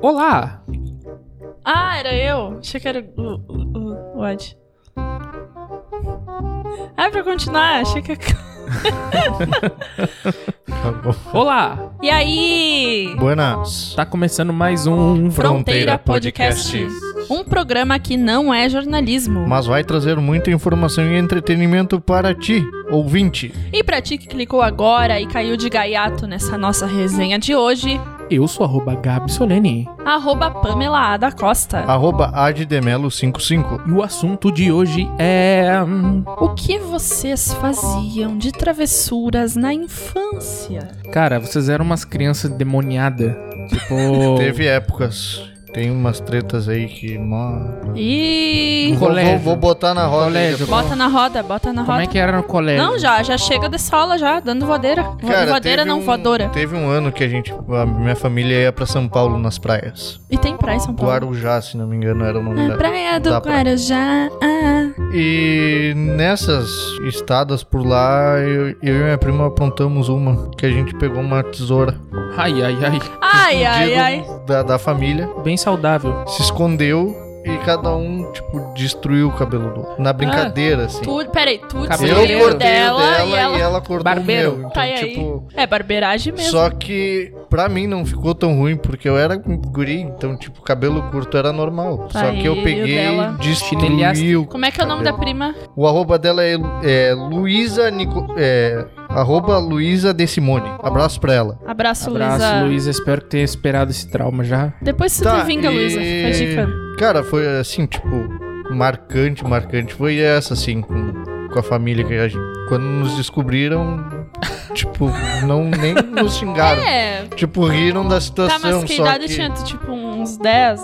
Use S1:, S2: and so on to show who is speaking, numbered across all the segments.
S1: Olá!
S2: Ah, era eu? Achei que era o, o, o Ad. Ah, é pra continuar, achei que.
S3: Tá bom.
S1: Olá!
S2: E aí?
S3: Buenas.
S1: Tá começando mais um.
S2: Fronteira Podcast. Um programa que não é jornalismo.
S3: Mas vai trazer muita informação e entretenimento para ti, ouvinte.
S2: E pra ti que clicou agora e caiu de gaiato nessa nossa resenha de hoje,
S1: Eu sou arroba Gabi Solene.
S2: arroba Pamela Ada Costa.
S3: Arroba addemelo55.
S1: E o assunto de hoje é. hum,
S2: O que vocês faziam de travessuras na infância?
S1: Cara, vocês eram umas crianças demoniadas. Tipo.
S3: Teve épocas. Tem umas tretas aí que. mó-
S2: E.
S3: Vou,
S1: Colégio.
S3: vou, vou botar na roda.
S1: Colégio.
S3: aí depois.
S2: Bota na roda, bota na
S1: Como
S2: roda.
S1: é que era no colégio?
S2: Não, já, já chega de sola já, dando voadeira. Vo-
S3: Cara,
S2: voadeira
S3: teve
S2: não
S3: um-
S2: voadora.
S3: Teve um ano que a gente. A minha família ia pra São Paulo nas praias.
S2: E tem praia em São Paulo.
S3: Guarujá, se não me engano, era o nome
S2: Na
S3: da.
S2: praia do
S3: da praia.
S2: Guarujá. ah.
S3: E nessas estadas por lá, eu, eu e minha prima aprontamos uma. Que a gente pegou uma tesoura.
S1: Ai, ai, ai.
S2: Ai, ai,
S3: Digo,
S2: ai.
S3: Da, da família.
S1: Bem saudável.
S3: se escondeu e cada um, tipo, destruiu o cabelo do outro. Na brincadeira, assim.
S2: Tu, peraí, tu
S1: Cabelo
S3: eu
S2: Ah, descobriu
S3: cortei o
S1: cortei
S2: dela, e ela...
S3: cortou
S1: Barbeiro.
S3: o meu. Então,
S2: Tá aí.
S3: tipo,
S2: É barbeiragem mesmo.
S3: só que pra mim não ficou tão ruim, porque eu era guri, então, tipo, cabelo curto era normal.
S2: Tá
S3: só que eu
S2: aí, o
S3: peguei e
S2: dela.
S3: destruí
S1: Chinelhaste.
S3: o...
S2: Como é que é o nome da prima?
S3: O arroba dela é, é Luísa Nico... É, arroba Luísa De Simone. Abraço pra ela.
S2: Abraço,
S1: Abraço,
S2: Luísa.
S1: Luísa. Espero que tenha esperado esse trauma já.
S2: Depois se
S3: Tá,
S2: tu vinga,
S3: e-
S2: Luísa. Fica a dica.
S3: Cara, foi assim, tipo, marcante, marcante. Foi essa, assim, com, com a família que a gente, quando nos descobriram, tipo, não nem nos xingaram.
S2: É,
S3: Tipo, riram da
S2: tá,
S3: situação,
S2: mas que
S3: só
S2: idade
S3: que,
S2: tinha tu, tipo, uns 10?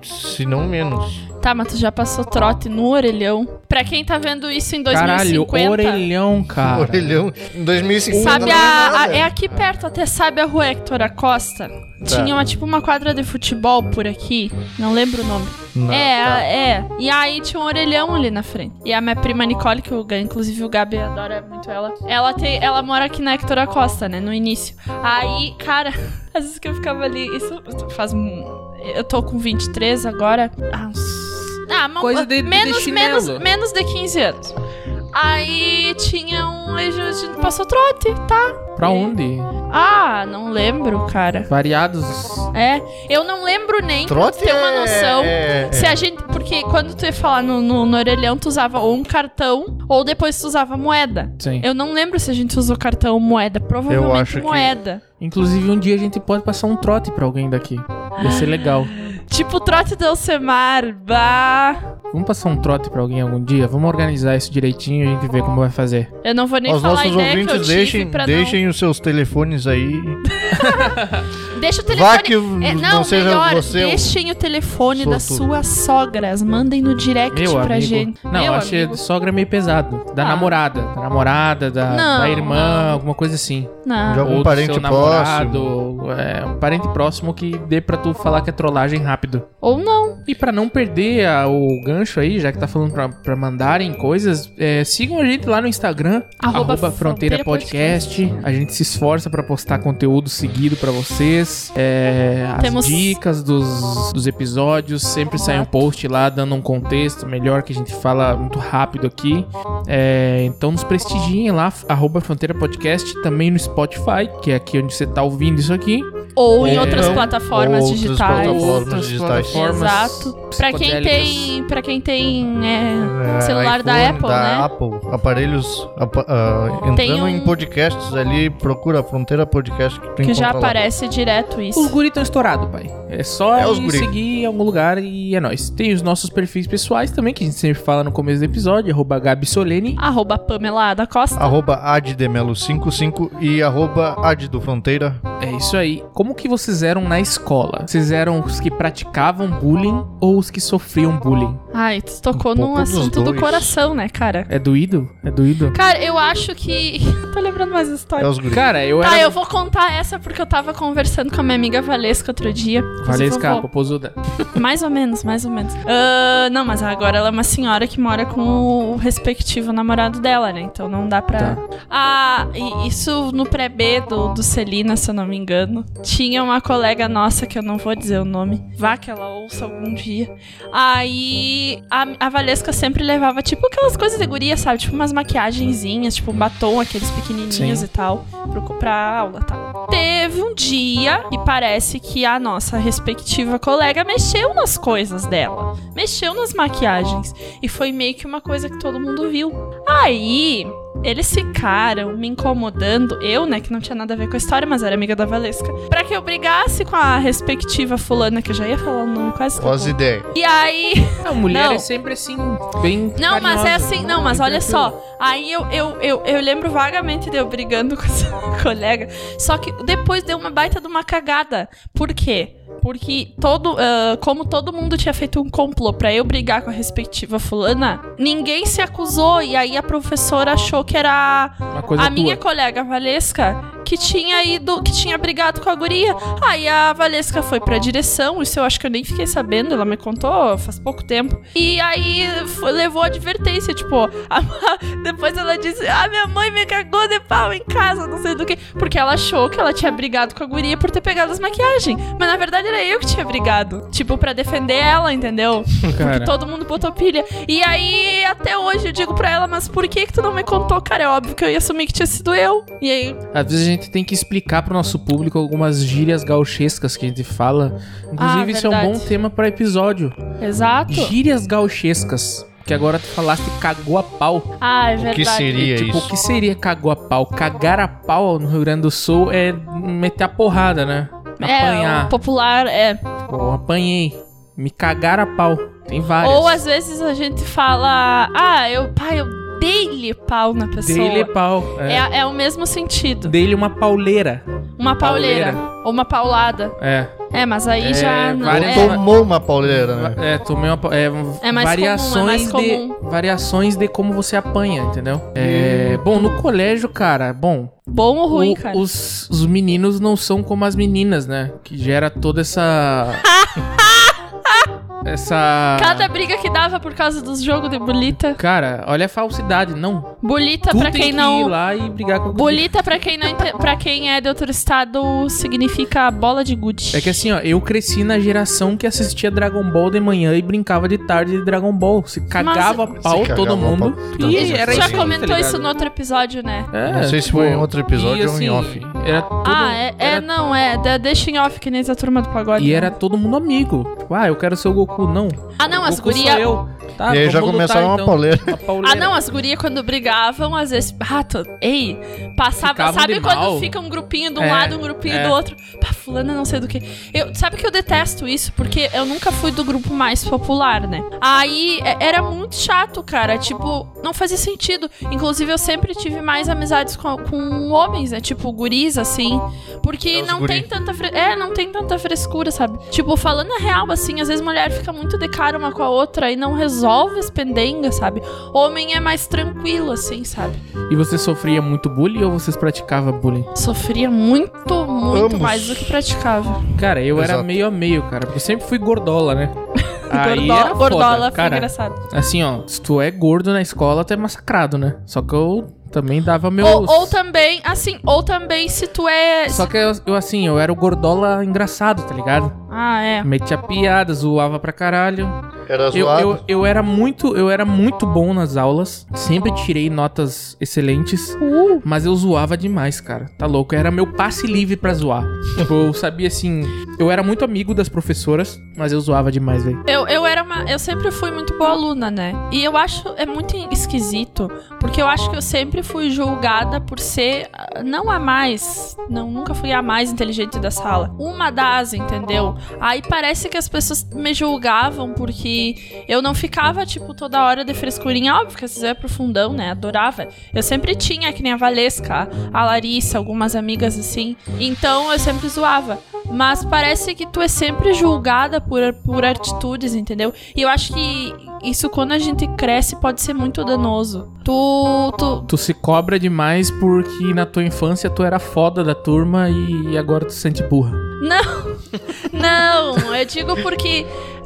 S3: se não menos.
S2: Tá, mas tu já passou trote no orelhão. Pra quem tá vendo isso em 2050...
S1: Caralho, orelhão, cara.
S3: Orelhão. Em 2050
S2: Sabe
S3: não é
S2: a, a-
S3: nada.
S2: É aqui perto, até sabe a rua Hector Acosta?
S3: Tá.
S2: Tinha uma, tipo uma quadra de futebol por aqui. Não lembro o nome.
S3: Não,
S2: é,
S3: tá.
S2: é. E aí tinha um orelhão ali na frente. E a minha prima Nicole, que o, Ga- inclusive o Gabi adora muito ela. Ela, tem, ela mora aqui na Hector Acosta, né? No início. Aí, cara, às vezes que eu ficava ali. Isso faz. um- Eu tô com 23 agora. Ah, uns- ah mas-
S4: Coisa de- de
S2: menos,
S4: chinelo.
S2: menos, menos de 15 anos. Aí tinha um. A gente passou trote, tá?
S1: Pra onde?
S2: Ah, não lembro, cara.
S1: Variados.
S2: É, eu não lembro nem
S3: Trote
S2: pra ter uma
S3: é-
S2: noção.
S3: é-
S2: Se a gente. Porque quando tu ia falar no, no, no orelhão, tu usava ou um cartão ou depois tu usava moeda.
S1: Sim.
S2: Eu não lembro se a gente usou cartão ou moeda. Provavelmente
S3: Eu acho que-
S2: moeda.
S1: Inclusive, um dia a gente pode passar um trote pra alguém daqui. Ia ser legal.
S2: Tipo o trote do Alcemar. Bah.
S1: Vamos passar um trote pra alguém algum dia? Vamos organizar isso direitinho e a gente vê como vai fazer.
S2: Eu não vou nem
S3: Os
S2: falar a
S3: nossos
S2: ideia que eu
S3: ouvintes
S2: tive
S3: deixem,
S2: pra
S3: deixem os seus telefones aí.
S2: não. Deixa o
S3: Vá
S2: telefone.
S3: que
S2: É,
S3: não,
S2: não,
S3: seja
S2: melhor,
S3: você um o
S2: deixem o telefone das
S3: sortudo.
S2: suas sogras. Mandem no direct
S1: Meu
S2: pra
S1: amigo.
S2: gente.
S1: Não,
S2: Meu
S1: eu achei
S2: amigo.
S1: sogra é meio pesado. Da
S2: Ah.
S1: namorada. Da namorada, da,
S2: Não,
S1: da irmã,
S2: não.
S1: alguma coisa assim.
S2: Não.
S3: De algum
S1: do
S3: parente
S1: seu namorado, é, um parente próximo que dê pra tu falar que é trollagem rápido.
S2: Ou não.
S1: E pra não perder a- o gancho aí, já que tá falando pra, pra mandarem coisas, é, sigam a gente lá no Instagram,
S2: Arroba
S1: arroba, Fronteira
S2: Fronteira Podcast.
S1: Podcast. A gente se esforça pra postar conteúdo seguido pra vocês. É, as
S2: Temos-
S1: dicas dos, dos episódios, sempre sai um
S2: Exato.
S1: post lá dando um contexto melhor que a gente fala muito rápido aqui. É, então nos prestigiem lá, arroba Fronteira Podcast, também no Spotify, que é aqui onde você tá ouvindo isso aqui.
S2: Ou em
S1: Ou
S2: outras
S1: não,
S2: plataformas
S3: É, outras
S2: digitais.
S3: plataformas
S1: Outras
S3: digitais.
S1: plataformas
S2: Exato. Pra quem
S1: psicodélicas.
S2: tem, para quem tem é,
S3: É,
S2: Celular da Apple,
S3: da
S2: né?
S3: Apple, aparelhos apa- ah,
S2: Tem
S3: entrando
S2: um-
S3: em podcasts ali, procura a Fronteira Podcast que tu
S2: que já
S3: encontra lá.
S2: aparece direto
S1: Os
S2: isso.
S1: guri estão estourados, pai. É só
S3: É,
S1: ir
S3: os guri.
S1: seguir em algum lugar e é nóis. Tem os nossos perfis pessoais também, que a gente sempre fala no começo do episódio, arroba Gabi Solene.
S2: Arroba Pamela da Costa.
S3: Arroba addemelo55 e arroba ad do Fronteira.
S1: É isso aí. Como que vocês eram na escola? Vocês eram os que praticavam bullying ou os que sofriam bullying?
S2: Ai, tu tocou
S3: Um
S2: num
S3: pouco dos
S2: assunto do
S3: dois.
S2: coração, né, cara?
S1: É doído? É doído?
S2: Cara, eu acho que. Tô lembrando mais
S3: É
S2: histórias.
S3: os guris.
S1: Cara, eu
S2: Tá,
S1: era...
S2: eu vou contar essa porque eu tava conversando com a minha amiga Valesca outro dia. Inclusive, eu
S1: Valeu,
S2: vou-
S1: cara, popozuda.
S2: Mais ou menos, mais ou menos. Ah, não, mas agora ela é uma senhora que mora com o respectivo namorado dela, né? Então não dá pra.
S1: Tá.
S2: Ah, e isso no pré-B do, do Celina, se eu não me engano. tinha uma colega nossa, que eu não vou dizer o nome, vá que ela ouça algum dia. Aí a, a Valesca sempre levava, tipo, aquelas coisas de guria, sabe? Tipo, umas maquiagenzinhas, tipo, um batom, aqueles pequenininhos
S1: Sim.
S2: e tal, pro, pra aula, tá? Teve um dia que parece que a nossa respectiva colega mexeu nas coisas dela. Mexeu nas maquiagens. E foi meio que uma coisa que todo mundo viu. Aí, eles ficaram me incomodando, eu, né, que não tinha nada a ver com a história, mas era amiga da Valesca, pra que eu brigasse com a respectiva fulana, que eu já ia falar o nome quase. que eu
S3: Ó as ideias.
S2: vou. E aí.
S1: A mulher
S2: Não.
S1: é sempre assim, bem.
S2: Não, mas
S1: carinhosa,
S2: é assim, não, mas olha só. Aí eu, eu, eu, eu lembro vagamente de eu brigando com essa colega, só que depois deu uma baita de uma cagada. Por quê? Porque todo, ah, como todo mundo tinha feito um complô pra eu brigar com a respectiva fulana, ninguém se acusou e aí a professora achou que era
S1: Uma coisa
S2: a
S1: tua.
S2: minha colega a Valesca que tinha ido, que tinha brigado com a guria. Aí a Valesca foi pra direção, isso eu acho que eu nem fiquei sabendo, ela me contou faz pouco tempo. E aí foi- levou a advertência, tipo, a ma- depois ela disse: "Ah, minha mãe me cagou de pau em casa, não sei do que", porque ela achou que ela tinha brigado com a guria por ter pegado as maquiagens, mas na verdade era eu que tinha brigado, tipo pra defender ela, entendeu?
S1: Cara,
S2: Todo mundo botou pilha. E aí, até hoje, eu digo pra ela, mas por que que tu não me contou, cara? É óbvio que eu ia assumir que tinha sido eu. E aí,
S1: Às vezes a gente tem que explicar pro nosso público algumas gírias gauchescas que a gente fala. Inclusive,
S2: Ah,
S1: isso é um bom
S2: verdade.
S1: tema pra episódio.
S2: exato.
S1: Gírias gauchescas. Que agora tu falaste cagou a pau.
S2: Ah, é
S3: O que
S2: verdade.
S3: seria
S1: tipo,
S3: isso?
S1: o que seria cagou a pau? Cagar a pau no Rio Grande do Sul é meter a porrada, né?
S2: É,
S1: Apanhar.
S2: o popular é.
S1: Ou apanhei. Me cagar a pau. Tem várias.
S2: Ou às vezes a gente fala, ah, eu, pai, eu dei-lhe pau na pessoa.
S1: Dele pau. É.
S2: É, é o mesmo sentido.
S1: Dele uma pauleira.
S2: Uma pauleira. Ou uma paulada.
S1: É.
S2: É, mas aí
S1: É,
S2: já não
S1: várias-
S2: é.
S3: Tomou uma pauleira, né?
S1: Va- É, tomei uma. pa- É,
S2: É mais comum, é
S1: variações
S2: mais
S1: de Variações de como você apanha, entendeu? É,
S3: Hum.
S1: bom, no colégio, cara, bom.
S2: Bom ou ruim,
S1: o-
S2: cara?
S1: Os, os meninos não são como as meninas, né? Que gera toda essa. essa.
S2: Cada briga que dava por causa dos jogos de bolita.
S1: Cara, olha a falsidade, não.
S2: Bolita,
S1: tu
S2: pra
S1: tem
S2: quem
S1: que
S2: não.
S1: ir lá e brigar com o
S2: Bolita, pra quem, não ente- pra quem é de outro estado, significa bola de gude.
S1: É que assim, ó, eu cresci na geração que assistia Dragon Ball de manhã e brincava de tarde de Dragon Ball. Se cagava
S3: Se
S1: pau
S3: cagava
S1: todo mundo.
S3: pau.
S1: E era
S2: já
S1: isso, tá
S2: comentou
S1: ligado?
S2: isso no outro episódio, né?
S1: É,
S3: Não sei se foi em outro episódio
S1: e, assim,
S3: ou em off.
S1: Era todo,
S2: ah, é, é,
S1: era-
S2: não, é. da- Deixa em off que nem a turma do pagode. né?
S1: E era todo mundo amigo. Tipo, ah, eu quero ser o Goku. Não.
S2: Ah, não, as
S1: Goku
S2: gurias.
S1: sou eu. Tá,
S3: e aí já
S1: vamos
S3: começaram uma
S1: lutar, então.
S3: pauleira.
S1: Uma pauleira.
S2: Ah, não, as gurias quando brigavam, às vezes. Ah, tô... Ei, passava.
S1: Ficavam de
S2: sabe quando
S1: mal.
S2: fica um grupinho de um
S1: É,
S2: lado, um grupinho
S1: é.
S2: do outro? Pá, fulana não sei do que. Eu, sabe que eu detesto isso? Porque eu nunca fui do grupo mais popular, né? Aí é- era muito chato, cara. Tipo, não fazia sentido. Inclusive, eu sempre tive mais amizades com, com homens, né? Tipo, guris, assim. Porque
S3: É, os
S2: não
S3: guri.
S2: tem tanta. fre- É, não tem tanta frescura, sabe? Tipo, falando a real, assim, às vezes mulher fica muito de cara uma com a outra e não resolve as pendengas, sabe? Homem é mais tranquilo, assim, sabe?
S1: E você sofria muito bullying ou vocês praticavam bullying?
S2: Sofria muito, muito
S3: Ambos.
S2: mais do que praticava.
S1: Cara, eu era
S3: Exato.
S1: meio a meio, cara. Porque eu sempre fui gordola, né? Aí
S2: Gordo-
S1: era foda,
S2: gordola foi
S1: cara.
S2: engraçado.
S1: Assim, ó, se tu é gordo na escola, tu é massacrado, né? Só que eu também dava meus...
S2: Ou, ou também, assim, ou também se tu é.
S1: Só que eu, eu, assim, eu era o gordola engraçado, tá ligado?
S2: Ah, é.
S1: Metia piada, zoava pra caralho.
S3: Era
S1: Eu,
S3: Tá zoado.
S1: eu, eu era muito, eu era muito bom nas aulas. Sempre tirei notas excelentes. Mas eu zoava demais, cara. Tá louco? Era meu passe livre pra zoar. Tipo, eu sabia assim. Eu era muito amigo das professoras, mas eu zoava demais, velho.
S2: Eu, eu era uma. Eu sempre fui muito boa aluna, né? E eu acho. É muito esquisito. Porque eu acho que eu sempre fui julgada por ser. ah, Não a mais. Não, nunca fui a mais inteligente da sala. Uma das, entendeu? Aí parece que as pessoas me julgavam porque eu não ficava, tipo, toda hora de frescurinha. Óbvio que vocês é profundão, né? Adorava. Eu sempre tinha, que nem a Valesca, a Larissa, algumas amigas assim. Então eu sempre zoava. Mas parece que tu é sempre julgada por, por atitudes, entendeu? E eu acho que isso quando a gente cresce pode ser muito danoso. Tu. tu
S1: Tu se cobra demais porque na tua infância tu era foda da turma e agora tu se sente burra.
S2: não, eu digo porque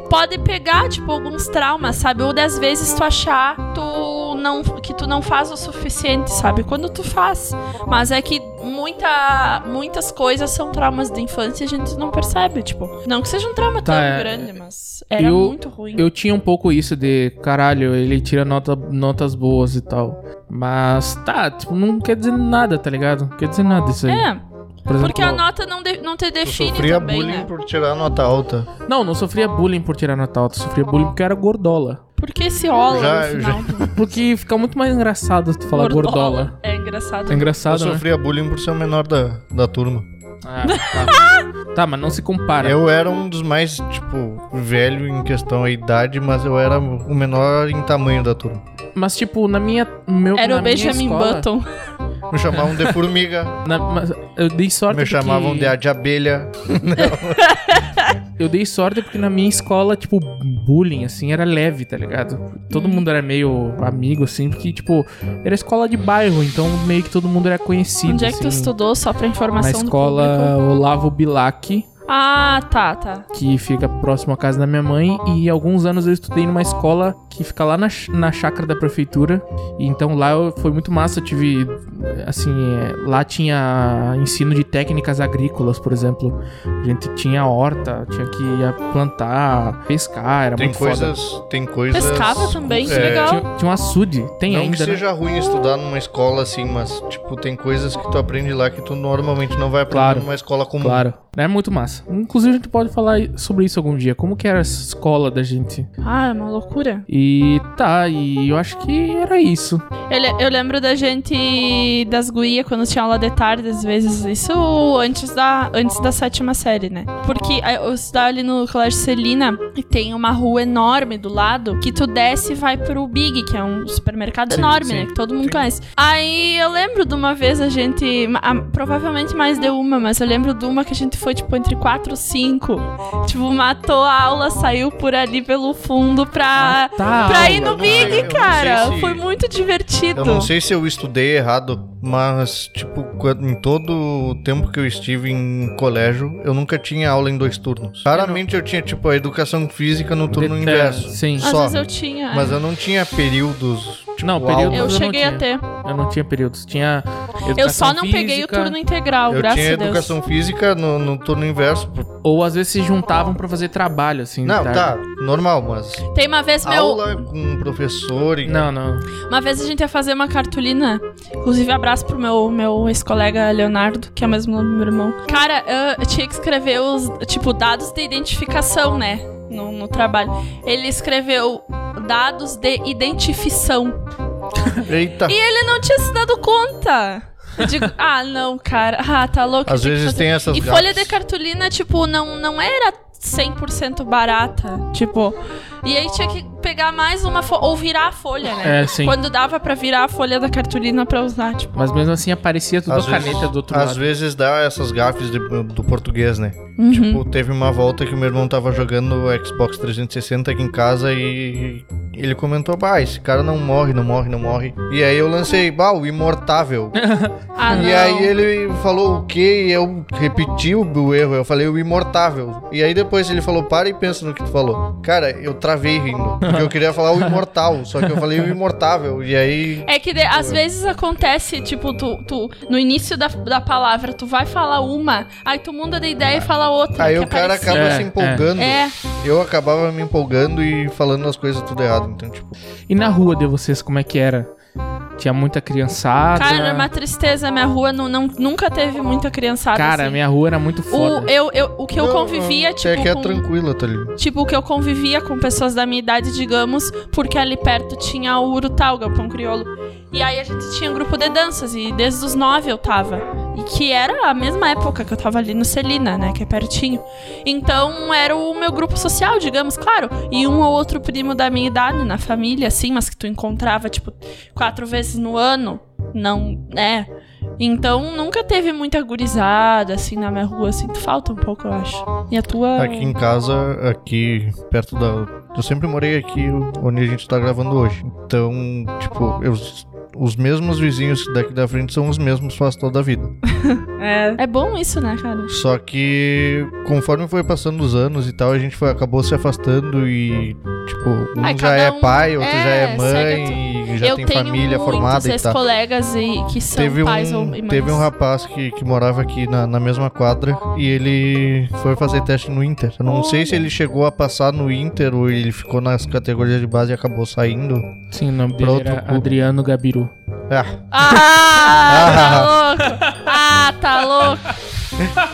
S2: pode pegar, tipo, alguns traumas, sabe? Ou das vezes tu achar tu não que tu não faz o suficiente, sabe? Quando tu faz. Mas é que muita, muitas coisas são traumas da infância e a gente não percebe, tipo. Não que seja um trauma
S1: Tá,
S2: tão
S1: é-
S2: grande, mas era
S1: eu-
S2: muito ruim.
S1: Eu tinha um pouco isso de caralho, ele tira nota- notas boas e tal. Mas tá, tipo, não quer dizer nada, tá ligado? Não quer dizer nada isso aí.
S2: É,
S1: Por exemplo,
S2: porque a nota não, de- não te
S3: Eu
S2: define
S3: sofria
S2: também,
S3: bullying
S2: né?
S3: por tirar nota alta.
S1: Não, não sofria bullying por tirar nota alta, sofria bullying porque era gordola.
S2: Por que esse ola
S3: Já-
S2: no final? do-
S1: Porque fica muito mais engraçado tu falar gordola.
S2: É engraçado.
S1: É
S3: Eu
S1: engraçado, né?
S3: sofria bullying por ser o menor da, da turma.
S1: Ah, tá. tá, mas não se compara.
S3: Eu era um dos mais, tipo, velho em questão à idade, mas eu era o menor em tamanho da turma.
S1: Mas, tipo, na minha. Meu,
S2: Era
S1: na
S2: o Benjamin
S1: minha escola,
S2: Button.
S3: Me chamavam de formiga,
S1: na- mas eu dei sorte.
S3: me chamavam
S1: porque,
S3: de a de abelha.
S1: Eu dei sorte porque na minha escola, tipo, bullying, assim, era leve, tá ligado? Todo mundo era meio amigo, assim, porque, tipo, era escola de bairro, então meio que todo mundo era conhecido.
S2: Onde é que tu
S1: assim.
S2: estudou, só pra
S1: Na
S2: informação do público?
S1: escola Olavo Bilac,
S2: Ah, tá, tá.
S1: que fica próximo à casa da minha mãe, e alguns anos eu estudei numa escola que fica lá na, ch- na chácara da prefeitura. E então lá eu- foi muito massa, eu tive assim, é, lá tinha ensino de técnicas agrícolas, por exemplo. A gente tinha horta, tinha que ir plantar, pescar, era
S3: Tem
S1: muito foda.
S3: coisas, tem coisas...
S2: Pescava também, que
S3: É,
S2: legal.
S1: Tinha, tinha um açude, tem
S3: Não que
S1: ainda. né?
S3: seja ruim estudar numa escola assim, mas, tipo, tem coisas que tu aprende lá que tu normalmente não vai aprender
S1: Claro.
S3: numa escola comum.
S1: Claro, é muito massa. Inclusive a gente pode falar sobre isso algum dia. Como que era essa escola da gente?
S2: Ah, é uma loucura.
S1: E tá, e eu acho que era isso.
S2: Eu, le- eu lembro da gente das guias quando tinha aula de tarde, às vezes. Isso antes da, antes da sétima série, né? Porque a- eu estudava ali no Colégio Celina e tem uma rua enorme do lado que tu desce e vai pro Big, que é um supermercado
S1: Sim,
S2: enorme,
S1: sim.
S2: né? Que todo mundo
S3: Sim.
S2: conhece. Aí eu lembro de uma vez a gente. ma- a- provavelmente mais de uma, mas eu lembro de uma que a gente foi, tipo, entre quatro e cinco. Tipo, matou a aula, saiu por ali pelo fundo pra.
S1: Tá,
S2: Ah, pra ir no
S3: Ah, não sei, eu
S2: Big,
S3: não
S2: cara.
S3: sei se-
S2: Foi muito divertido.
S3: Eu não sei se eu estudei errado, mas, tipo, quando- em todo o tempo que eu estive em colégio, eu nunca tinha aula em dois turnos. Raramente eu tinha, tipo, a educação física no turno
S1: Deta-
S3: inverso.
S1: É, Sim.
S2: Às
S3: só.
S2: vezes eu tinha. é.
S3: Mas eu não tinha períodos, tipo,
S1: Não,
S3: aula.
S1: período-
S2: Eu
S1: Mas eu não
S2: cheguei a
S1: tinha.
S2: ter.
S1: Eu não tinha períodos. Tinha.
S2: Eu
S1: educação
S2: só não peguei o
S1: física,
S2: turno integral, Oh,
S3: Eu
S2: graças
S3: tinha
S2: a Deus.
S3: educação física no, no turno inverso.
S1: Ou às vezes se juntavam pra fazer trabalho, assim.
S3: Não,
S1: tá?
S3: Então tá, normal, mas
S2: Tem uma vez, meu.
S3: aula é com um professor e
S1: Não, não.
S2: Uma vez a gente ia fazer uma cartolina. Inclusive, abraço pro meu, meu ex-colega Leonardo, que é o mesmo nome do meu irmão. Cara, eu- eu tinha que escrever os, tipo, dados de identificação, né? No, no trabalho. Ele escreveu dados de identificação.
S3: Eita,
S2: E ele não tinha se dado conta. Eu digo, ah, não, cara. Ah, tá louco. eu
S3: às
S2: tinha que
S3: vezes
S2: fazer
S3: tem essas
S2: E
S3: gafes.
S2: folha de cartolina, tipo, não, não era 100% barata. Tipo, e aí tinha que pegar mais uma folha, ou virar a folha, né?
S1: É, sim.
S2: Quando dava pra virar a folha da cartolina pra usar, tipo.
S1: Mas mesmo assim aparecia tudo
S3: Às
S1: a caneta
S3: vezes-
S1: do outro
S3: Às
S1: lado.
S3: vezes dá essas gafes de- do português, né?
S2: Uhum.
S3: Tipo, teve uma volta que o meu irmão tava jogando o Xbox 360 aqui em casa e ele comentou: Bah, esse cara não morre, não morre, não morre. E aí eu lancei, bah, o imortável.
S2: ah, não.
S3: e aí ele falou o quê? E eu repeti o, o erro, eu falei o imortável. E aí depois ele falou, para e pensa no que tu falou. Cara, eu travei rindo. Porque eu queria falar o imortal, só que eu falei o imortável. E aí.
S2: É que de- às vezes acontece, tipo, tu, tu no início da, da palavra, tu vai falar uma, aí tu muda de ideia e fala outra.
S3: Aí
S2: que
S3: o cara
S2: parecida.
S3: acaba
S1: É, é.
S3: se empolgando.
S2: É,
S3: Eu acabava me empolgando e falando as coisas tudo errado. Então, tipo.
S1: E na rua de vocês, como é que era? Tinha muita criançada.
S2: cara,
S3: né?
S2: é uma tristeza. Minha rua não, não- nunca teve muita criançada.
S1: Cara,
S2: assim.
S1: minha rua era muito
S2: o,
S1: foda.
S2: eu, eu, o que eu
S3: não,
S2: convivia,
S3: não,
S2: tipo.
S3: É que é
S2: com-
S3: tranquila, tá ligado?
S2: Tipo, que eu convivia com pessoas da minha idade, digamos, porque ali perto tinha o Urutau, galpão crioulo. E aí a gente tinha um grupo de danças, e desde os nove eu tava. E que era a mesma época que eu tava ali no Celina, né? Que é pertinho. Então era o meu grupo social, digamos, claro. E um ou outro primo da minha idade na família, assim, mas que tu encontrava, tipo, quatro vezes no ano. Não, né? Então nunca teve muita gurizada, assim, na minha rua. Sinto falta um pouco, eu acho. E a tua.
S3: Aqui em casa, aqui perto da. Eu sempre morei aqui onde a gente tá gravando hoje. Então, tipo, eu- os mesmos vizinhos daqui da frente são os mesmos faz toda a vida.
S2: É. É bom isso, né, cara?
S3: Só que conforme foi passando os anos e tal, a gente foi, acabou se afastando e Tipo, um
S2: Ai,
S3: já
S2: cada
S3: é
S2: um-
S3: pai, outro já é
S2: é,
S3: mãe, e já
S2: eu
S3: tem
S2: tenho
S3: família
S2: muitos
S3: formada e tá tal.
S2: ex-colegas e que são
S3: Teve
S2: pais ou
S3: um,
S2: mães.
S3: teve um rapaz que, que morava aqui na, na mesma quadra e ele foi fazer teste no Inter. Eu não sei se ele chegou a passar no Inter ou ele ficou nas categorias de base e acabou saindo.
S1: Sim, o nome
S3: Pra
S1: dele
S3: outro
S1: era
S3: clube.
S1: Adriano Gabiru.
S3: Ah,
S2: Ah, tá louco! Ah, tá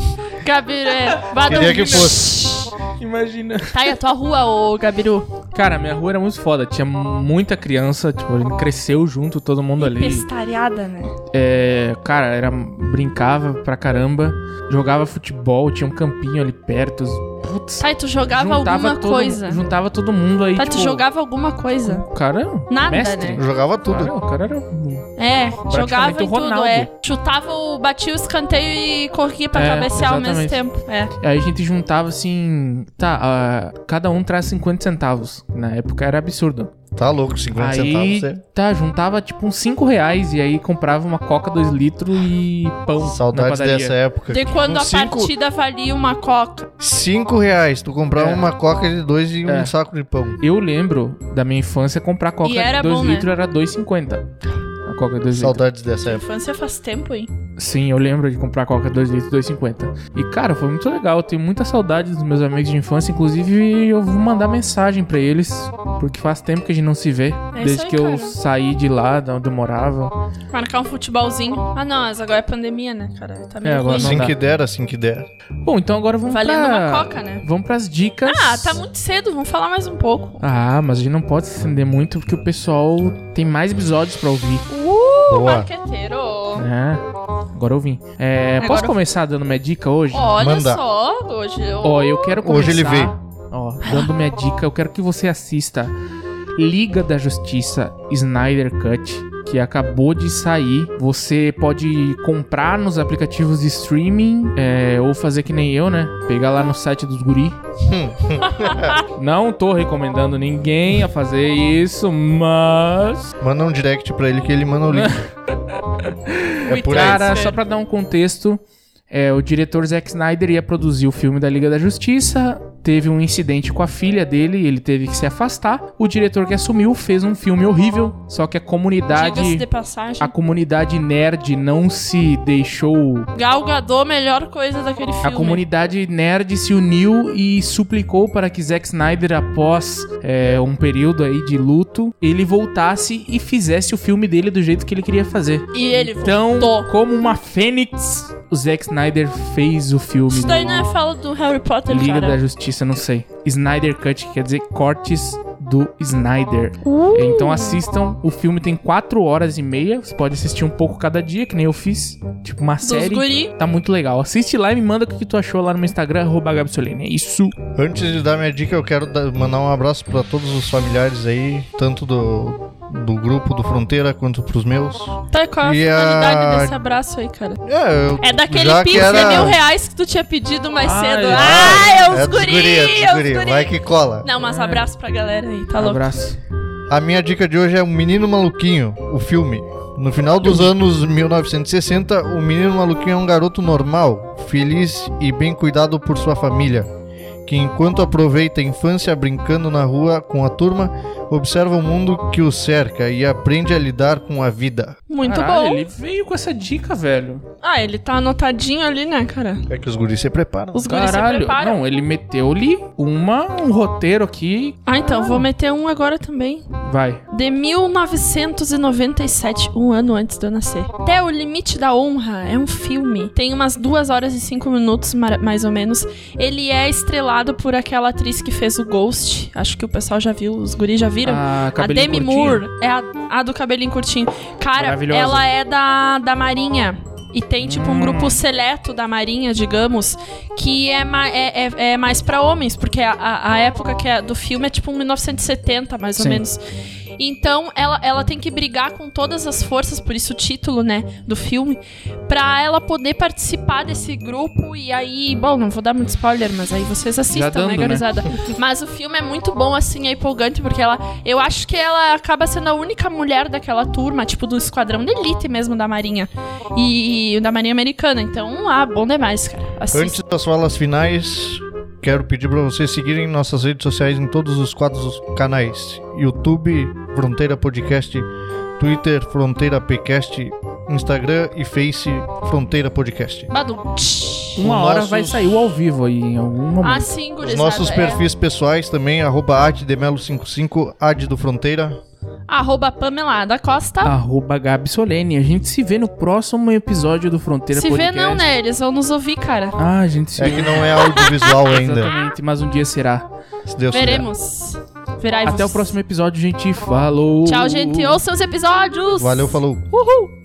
S2: louco! Gabiru, é. Vá
S3: queria que
S2: dormir,
S3: fosse.
S1: Imagina.
S2: meu. Tá aí a tua rua, ô Gabiru.
S1: Cara, minha rua era muito foda. Tinha muita criança, tipo, a gente cresceu junto, todo mundo ali.
S2: Pestareada, né?
S1: É, cara, era brincava pra caramba, jogava futebol, tinha um campinho ali perto. Putz,
S2: Tá, e tu jogava alguma
S1: todo,
S2: coisa.
S1: Juntava todo mundo aí,
S2: Tá,
S1: tipo,
S2: tu jogava alguma coisa.
S1: o cara era um
S2: Nada,
S1: mestre.
S2: né?
S3: Jogava tudo.
S1: Cara, o cara era um-
S2: É, jogava
S1: o
S2: em tudo,
S1: Ronaldo.
S2: é. Chutava, o, batia o escanteio e corria pra
S1: É,
S2: cabecear ao mesmo
S1: exatamente.
S2: tempo.
S3: Tá
S2: É.
S1: Aí a gente juntava assim, tá, ah, cada um traz 50 centavos. Na época era absurdo.
S3: Tá louco, 50
S1: aí,
S3: centavos. é
S1: tá, juntava tipo uns 5 reais e aí comprava uma coca 2 litros e pão
S3: é.
S1: na
S3: Saudades
S1: padaria.
S3: dessa época.
S2: De quando
S3: Com
S2: a
S3: cinco-
S2: partida valia uma coca.
S3: 5 reais, tu comprava
S1: É.
S3: uma coca de dois e um
S1: É.
S3: saco de pão.
S1: Eu lembro da minha infância comprar coca
S2: E era
S1: de 2
S2: bom, né?
S1: litros era 2,50. A coca de 2 litros.
S3: Saudades dessa época.
S2: Infância faz tempo, hein?
S1: Sim, eu lembro de comprar coca 2 litros 2,50. E cara, foi muito legal. Eu tenho muita saudade dos meus amigos de infância. Inclusive, eu vou mandar mensagem pra eles, porque faz tempo que a gente não se vê.
S2: É isso
S1: desde
S2: aí,
S1: que
S2: cara.
S1: eu saí de lá, de onde eu morava.
S2: Marcar um futebolzinho. Ah, não, mas agora é pandemia, né, cara? Tá meio
S1: É, agora
S2: ruim.
S1: não
S3: Assim
S1: dá.
S3: que der, assim que der.
S1: Bom, então agora vamos
S2: Valendo
S1: pra...
S2: uma coca, né?
S1: Vamos pras dicas.
S2: Ah, tá muito cedo, vamos falar mais um pouco.
S1: Ah, mas a gente não pode se estender muito, porque o pessoal tem mais episódios pra ouvir.
S2: Uh,
S3: Boa.
S2: marqueteiro.
S1: né? Agora eu vim. É,
S2: Agora
S1: posso
S2: eu-
S1: começar dando minha dica hoje?
S2: Olha
S3: Manda.
S2: só, hoje eu...
S1: Ó, eu quero começar.
S3: Hoje ele veio.
S1: Ó, dando minha dica, eu quero que você assista Liga da Justiça Snyder Cut, que acabou de sair. Você pode comprar nos aplicativos de streaming, é, ou fazer que nem eu, né? Pegar lá no site dos guri. Não tô recomendando ninguém a fazer isso, mas.
S3: Manda um direct pra ele que ele manda o link. é por aí.
S1: Cara, só pra dar um contexto, é, o diretor Zack Snyder ia produzir o filme da Liga da Justiça, teve um incidente com a filha dele, ele teve que se afastar. O diretor que assumiu fez um filme horrível, só que a
S2: Diga-se de
S1: comunidade,
S2: passagem.
S1: a comunidade nerd não se deixou
S2: Galgador, melhor coisa daquele filme.
S1: a comunidade nerd se uniu e suplicou para que Zack Snyder, após é, um período aí de luto, ele voltasse e fizesse o filme dele do jeito que ele queria fazer.
S2: E ele
S1: Então,
S2: voltou.
S1: como uma fênix, o Zack Snyder fez o filme.
S2: Isso daí
S1: do
S2: não é fala do Harry Potter,
S1: Liga
S2: cara.
S1: da Justiça, não sei. Snyder Cut, que quer dizer cortes do Snyder.
S2: Uh!
S1: Então assistam, o filme tem 4 horas e meia, você pode assistir um pouco cada dia, que nem eu fiz, tipo uma
S2: Dos
S1: série.
S2: guri.
S1: Tá muito legal. Assiste lá e me manda o que que tu achou lá no meu Instagram, arroba Gabsolene. É isso.
S3: Antes de dar minha dica, eu quero dar- mandar um abraço pra todos os familiares aí, tanto do, do grupo do Fronteira quanto pros meus.
S2: Tá, qual a
S3: E
S2: finalidade
S3: a-
S2: desse abraço aí, cara?
S3: É, eu
S2: É daquele
S3: Já que
S2: pix
S3: era-
S2: de mil reais que tu tinha pedido mais
S1: Ai,
S2: cedo.
S1: ai.
S2: Ah, é os
S3: é dos
S2: guri,
S3: guri, é dos
S2: é os
S3: guri.
S2: guri.
S3: Vai que cola.
S2: Não,
S1: É.
S2: mas abraço pra galera aí, tá louco?
S1: Abraço.
S3: A minha dica de hoje é O Menino Maluquinho, o filme. No final dos anos 1960, o Menino Maluquinho é um garoto normal, feliz e bem cuidado por sua família, que enquanto aproveita a infância brincando na rua com a turma, observa o mundo que o cerca e aprende a lidar com a vida.
S2: Muito
S1: Caralho,
S2: bom.
S1: ele veio com essa dica, velho.
S2: Ah, ele tá anotadinho ali, né, cara?
S3: É que os guris se preparam.
S2: Os guris se
S1: Caralho.
S2: preparam.
S1: Não, ele meteu-lhe uma, um roteiro aqui.
S2: Ah, então, vou meter um agora também.
S1: Vai.
S2: De 1997, um ano antes de eu nascer. Até o Limite da Honra é um filme. Tem umas duas horas e cinco minutos, mar- mais ou menos. Ele é estrelado por aquela atriz que fez o Ghost. Acho que o pessoal já viu, os guris já viram.
S1: Ah,
S2: A
S1: cabelinho
S2: Demi
S1: curtinho.
S2: Moore é a, a do cabelinho curtinho. Cara,
S1: Maravilhosa.
S2: ela é da, da Marinha. E tem, tipo, um
S1: Hum.
S2: grupo seleto da Marinha, digamos, que é, ma- é, é- é mais pra homens, porque a- a, a época que é do filme é tipo 1970, mais ou
S1: Sim.
S2: menos. Então, ela, ela tem que brigar com todas as forças, por isso o título, né, do filme, pra ela poder participar desse grupo. E aí, bom, não vou dar muito spoiler, mas aí vocês assistam,
S1: dando,
S2: né,
S1: né?
S2: gurizada? Mas o filme é muito bom, assim, é empolgante, porque ela. Eu acho que ela acaba sendo a única mulher daquela turma, tipo, do esquadrão de elite mesmo da Marinha. E, e da Marinha Americana. Então, ah, bom demais, cara. Assista.
S3: Antes das falas finais, Quero pedir para vocês seguirem nossas redes sociais em todos os quatro os canais: YouTube, Fronteira Podcast, Twitter, Fronteira Pcast, Instagram e Face, Fronteira Podcast.
S2: Badum. Tch.
S1: Uma
S3: Os
S1: hora
S3: nossos-
S1: vai sair o ao vivo aí em algum momento.
S2: Assim,
S3: Os
S2: gurizada.
S3: nossos
S2: é
S3: perfis pessoais também, arroba addemelo55, ad do Fronteira.
S2: Arroba Pamela da
S3: Ah,
S2: Costa.
S1: Arroba Gabi Solene. A gente se vê no próximo episódio do Fronteira
S2: Se
S1: Podcast.
S2: vê não, né? Eles vão nos ouvir, cara.
S1: Ah, a gente se
S3: É
S1: vê.
S3: que não é audiovisual ainda,
S1: Exatamente, mas um dia será.
S3: se Deus quiser.
S2: Veremos. Virai
S1: Até o próximo episódio, gente. Falou.
S3: Uh,
S2: Tchau, gente. Ouça os episódios.
S3: Valeu, falou.
S2: Uhul.